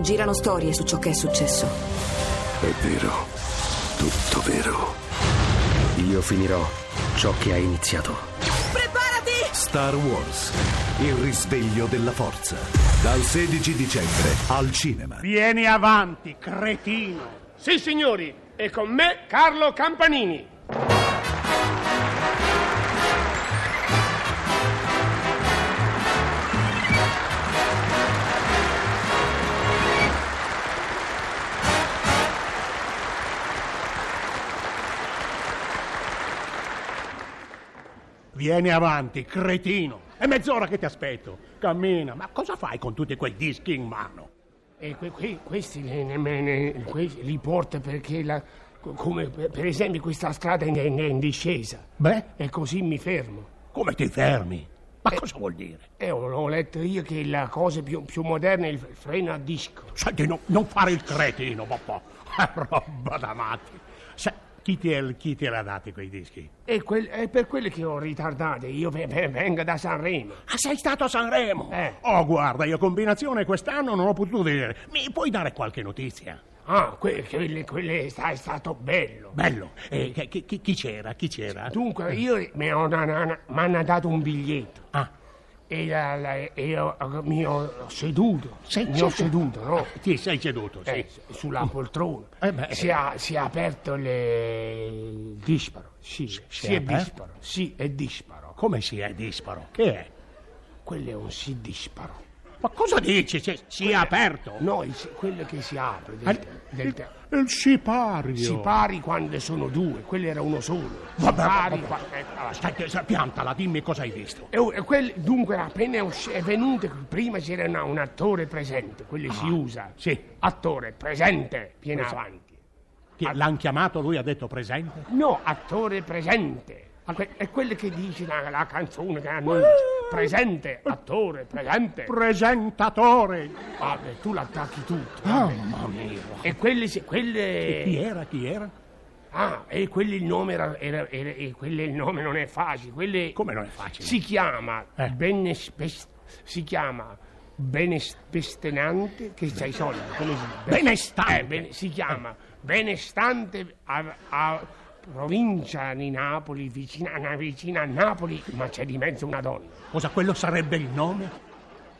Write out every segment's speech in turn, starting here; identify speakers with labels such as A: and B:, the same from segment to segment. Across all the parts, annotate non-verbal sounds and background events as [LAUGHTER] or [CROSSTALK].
A: Girano storie su ciò che è successo.
B: È vero, tutto vero. Io finirò ciò che ha iniziato.
C: Preparati!
D: Star Wars, il risveglio della forza. Dal 16 dicembre al cinema.
E: Vieni avanti, cretino!
F: Sì, signori, e con me Carlo Campanini.
E: Vieni avanti, cretino. È mezz'ora che ti aspetto. Cammina, ma cosa fai con tutti quei dischi in mano?
F: E que- que- questi, ne- ne- me- ne- que- li porta perché la- co- come per per esempio questa strada è in, è in discesa
E: Beh,
F: e così mi fermo.
E: come ti fermi? Ma cosa vuol dire?
F: E ho, ho letto io che la cosa più, più moderna è il freno a disco.
E: Senti, no- non fare il cretino, papà. [LAUGHS] È roba da matti. Se- chi, ti è- chi te l'ha dati quei dischi?
F: E quel- è per quello che ho ritardato, io ve- ve- vengo da Sanremo.
E: Ah, sei stato a Sanremo?
F: Eh.
E: Oh, guarda, io combinazione quest'anno non ho potuto vedere. Mi puoi dare qualche notizia?
F: Ah, que- quelle, quelle sta- è stato bello.
E: Bello. Eh, chi, chi- chi c'era? Chi c'era?
F: Dunque, io mi ho- na- na- na- mi hanno dato un biglietto.
E: Ah,
F: E, la- la- e ho- mi ho seduto.
E: Sei
F: mi ho
E: seduto?
F: seduto, no?
E: ti sei seduto, sì.
F: Eh, s- sulla poltrona
E: Eh beh,
F: si,
E: eh.
F: è, si è aperto le... il disparo sì, sì,
E: è
F: è,
E: aperto?
F: disparo sì è disparo
E: Come si è disparo? Che è?
F: quello è un sì disparo
E: Ma cosa dici? Si, si è aperto?
F: no il si- quello che si apre del, del-
E: il, il sipario.
F: si pari quando sono due quello era uno solo si
E: Vabbè,
F: pari
E: vabbè.
F: qua- eh, allora, sta-
E: Aspetta, sa- piantala, dimmi cosa hai visto.
F: e, e quel- dunque appena è, usci- è venuto prima c'era una- un attore presente quello si usa
E: Ah, sì. Esatto.
F: attore presente viene
E: Presa-
F: avanti
E: Chi-
F: Ah.
E: L'han chiamato, lui ha detto presente?
F: No, attore presente. Que- è quello che dice la, la canzone che annuncia. Presente, attore, presente.
E: Presentatore.
F: Vabbè, tu l'attacchi tutto.
E: Mamma mia.
F: E quelli... si- quelle-
E: Chi era? Chi era?
F: Ah, e quelli il nome era... era- era- e quelli il nome non è facile. Quelle...
E: Come non è facile?
F: Si chiama...
E: Eh.
F: Benespes- si chiama... Benestenante... Che sai i soldi? Come si dice?
E: Benestante.
F: Eh, bene- si chiama Benestante a... a- provincia di Napoli, vicina, na- vicina a Napoli, ma c'è di mezzo una donna.
E: Cosa quello sarebbe il nome?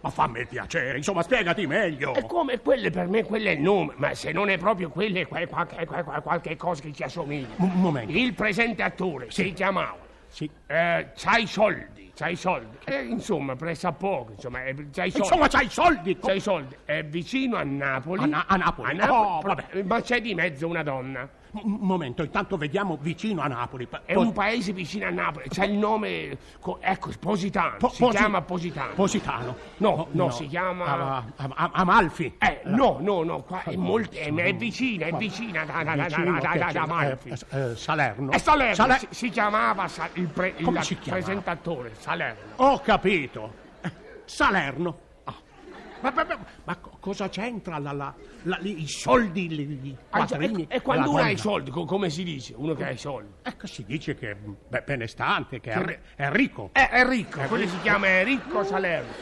E: Ma fammi il piacere, insomma, spiegati meglio.
F: E come quelle per me, quello è il nome, ma se non è proprio quelle, è qualche, qual- qual- qualche cosa che ci assomiglia.
E: Un momento.
F: Il presente attore si chiamava.
E: Sì.
F: Eh, c'hai soldi, c'hai soldi. Eh, insomma, pressa poco, insomma, eh, c'hai soldi.
E: Insomma, c'hai i soldi. co-
F: c'hai soldi. È vicino a Napoli.
E: A Na- a Napoli.
F: A Napoli,
E: Oh,
F: pro-
E: vabbè.
F: Ma c'è di mezzo una donna.
E: Un momento, intanto vediamo vicino a Napoli. Pa-
F: È un paese vicino a Napoli. C'è il nome. co- ecco, Positano.
E: po-
F: si
E: posi-
F: chiama Positano.
E: Positano.
F: No, no, si chiama-
E: Ama- Ama- Amalfi.
F: eh, no, no, no, qua è molto. È, è vicina, è vicina da, da, da, da,
E: Vicino,
F: da, da, da,
E: che-
F: da Amalfi.
E: eh, eh, Salerno.
F: E Salerno
E: Sale-
F: si, si chiamava Sa- il, pre- il
E: Come si chiamava?
F: presentatore Salerno.
E: Ho capito. Eh, Salerno. Ah. Ma, ma- ma- ma co- cosa c'entra la- la- la- i soldi, i- i
F: Ah, già,
E: quattrini?
F: e, e quando
E: della
F: uno ha i
E: donna?
F: soldi, co- come si dice? Uno che ha i soldi.
E: Ecco, si dice che è be- benestante, che
F: Che-
E: è, ri- è ricco.
F: Eh, è ricco, quello si chiama Enrico Salerno.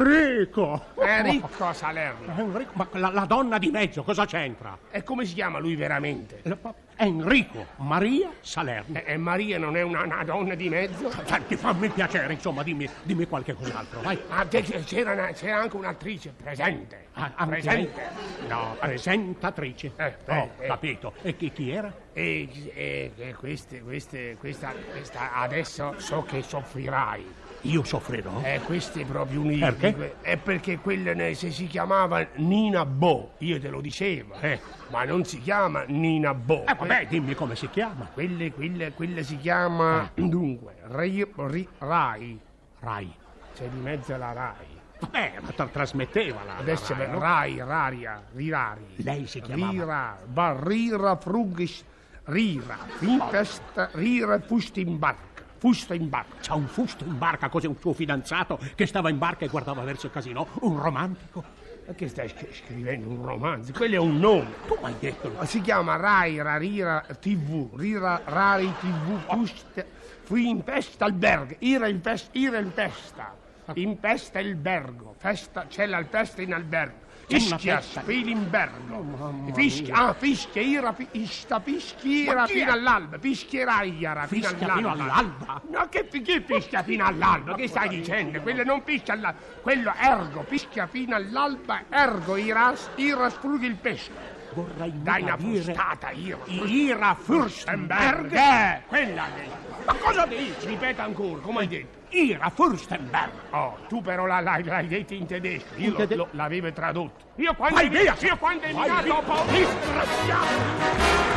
E: Enrico!
F: Enrico Salerno.
E: Enrico, ma la, la donna di mezzo cosa c'entra? Eh,
F: E come si chiama lui veramente?
E: La- pa- Enrico Maria Salerno. Eh,
F: E, e Maria non è una, una donna di mezzo?
E: Senti, fammi piacere, insomma, dimmi, dimmi qualche cos'altro, vai.
F: Ah, che- che c'era, una- c'era anche un'attrice presente.
E: Ah, anche
F: presente.
E: lei? No, presentatrice.
F: Eh,
E: oh,
F: eh, eh.
E: capito. E chi, chi era?
F: E, e- e queste, queste, questa, questa adesso so che soffrirai.
E: Io soffrirò.
F: Eh, questi proprio uniti.
E: Perché?
F: È perché quella ne- se si chiamava Nina Bo, io te lo dicevo, eh, ma non si chiama Nina Bo.
E: Eh, vabbè, dimmi come si chiama.
F: Quelle, quelle, quelle si chiama,
E: Eh.
F: dunque, Rai, Ri- Rai.
E: Rai.
F: C'è di mezzo la Rai.
E: Vabbè, ma tra- trasmetteva la, la
F: Adesso
E: Rai,
F: è
E: no?
F: Rai, Raria, Rirari.
E: Lei si chiamava?
F: Rira, Barrira Frugis, Rira, Fintest, Rira Fusto in barca, Fusto in barca.
E: C'ha un fusto in barca, cos'è un suo fidanzato che stava in barca e guardava verso il casino? Un romantico?
F: Ma Che stai sc- scrivendo un romanzo? Quello è un nome.
E: Tu mi hai detto...
F: Si chiama Rai Rarira TV, Rira Rari TV, Pust, fui in festa al bergo, ira in, fes- ira in festa, in festa il bergo, festa, c'è la festa in albergo, Ischia,
E: fetta. Oh,
F: Spilimbergo. Fischia, ah, fischia, ira, fi- ista,
E: Ma
F: pischiera
E: chi è?
F: fino all'alba. Fischierà iara fino
E: Fischia
F: all'alba.
E: fino all'alba?
F: No, che, fi- che fischia fino all'alba? Che stai dicendo? Quello non fischia all'alba. Quello ergo, fischia fino all'alba, ergo, iras, ira sfrughi il pesce.
E: Vorrei
F: Dai
E: mica
F: una
E: dire
F: frustata, ira.
E: Ira
F: Furstenberg,
E: Furstenberg.
F: eh, quella lì. Ma cosa dici? Ripeta ancora, come hai detto?
E: Ira Furstenberg.
F: Oh, tu però la- la- l'hai detto in tedesco, io
E: In
F: lo-
E: tede-
F: lo- l'avevo tradotto. Io quando
E: Vai
F: hai
E: via!
F: io quando hai
E: Vai
F: minato
E: via!
F: ho paura. Disgraziato!